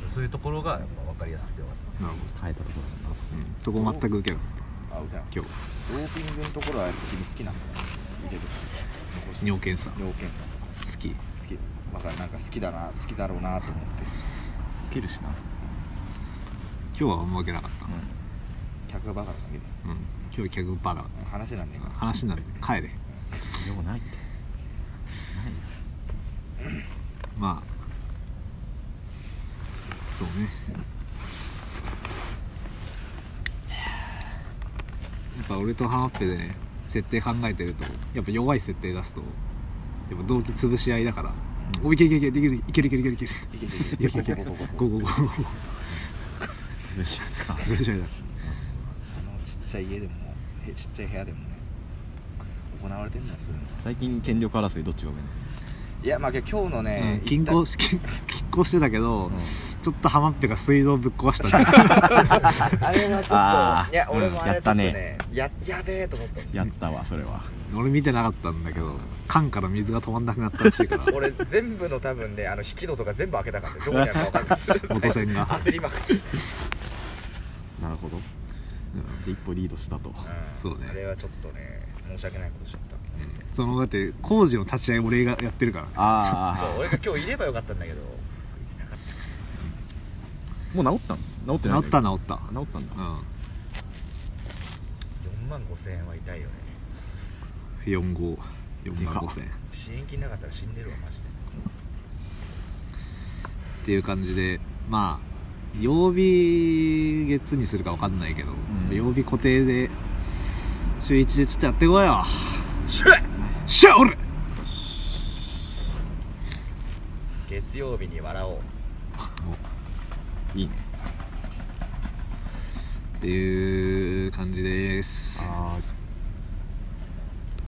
Speaker 6: たそういうところがやっぱ分かりやすくてよかっ
Speaker 1: あなるほ
Speaker 2: 変えたところ
Speaker 1: ど、うん、そこ全く受けなかっ
Speaker 3: あうら
Speaker 1: た今日
Speaker 3: ドーピングのところは君好きなんだよ入れる残して
Speaker 1: 尿検査
Speaker 3: 尿検査
Speaker 1: 好き
Speaker 3: 好きだからなんか好きだな好きだろうなと思って
Speaker 2: 切るしな
Speaker 1: 今日はあんま受けなかった、
Speaker 3: 客がバカなだけで
Speaker 1: うん今日客バカ
Speaker 3: 話なんねえから
Speaker 1: 話になる帰れ
Speaker 2: でもないって
Speaker 1: まあそうねやっぱ俺とハマっぺでね設定考えてるとやっぱ弱い設定出すとやっぱ動機潰し合いだから、おいけいけいけできるいけるいけるいけるいけるいけるいけるいける ゴゴゴゴゴ
Speaker 2: 潰しか
Speaker 1: 潰し合いだ
Speaker 3: あのちっちゃい家でもへちっちゃい部屋でもね行われてんのよそういうの
Speaker 2: 最近権力争いどっちが上ね
Speaker 3: いやまあ今日のね、
Speaker 1: 均衡し均衡してたけど、ちょっとハマっぺが水道ぶっ壊した
Speaker 3: あれはちょ
Speaker 2: あー
Speaker 3: っといや俺もあ
Speaker 2: や
Speaker 3: れ
Speaker 2: っ
Speaker 3: ちょ
Speaker 2: た
Speaker 3: っと
Speaker 2: ね
Speaker 3: ね,、ややべえと思ったもん
Speaker 2: やったわそれは
Speaker 1: 俺見てなかったんだけど缶から水が止まんな くなったらしいから
Speaker 3: 俺全部の多分ねあの引き戸とか全部開けたからねどこにあるか分かんない
Speaker 1: 元栓が
Speaker 3: 焦りまくって、うん
Speaker 2: なるほどじゃあ一歩リードしたと
Speaker 1: そうね
Speaker 3: あれはちょっとね申し訳ないことしちゃった
Speaker 1: そのだって工事の立ち会いも俺がやってるからね
Speaker 2: あ
Speaker 3: そう俺が今日いればよかったんだけど
Speaker 2: あ もう治ったの治ってない
Speaker 1: 治った治った
Speaker 2: 治ったんだ
Speaker 1: う
Speaker 3: 4万5千円は痛いよね
Speaker 1: ん454万5000円っ
Speaker 3: 支援金なかったら死んでるわマジで
Speaker 1: ていう感じでまあ曜日月にするか分かんないけど、
Speaker 2: うん
Speaker 1: 曜日固定で週1でちょっとやってこいよシュッシュッ俺
Speaker 3: 月曜日に笑おう
Speaker 2: いいね
Speaker 1: っていう感じです
Speaker 2: あー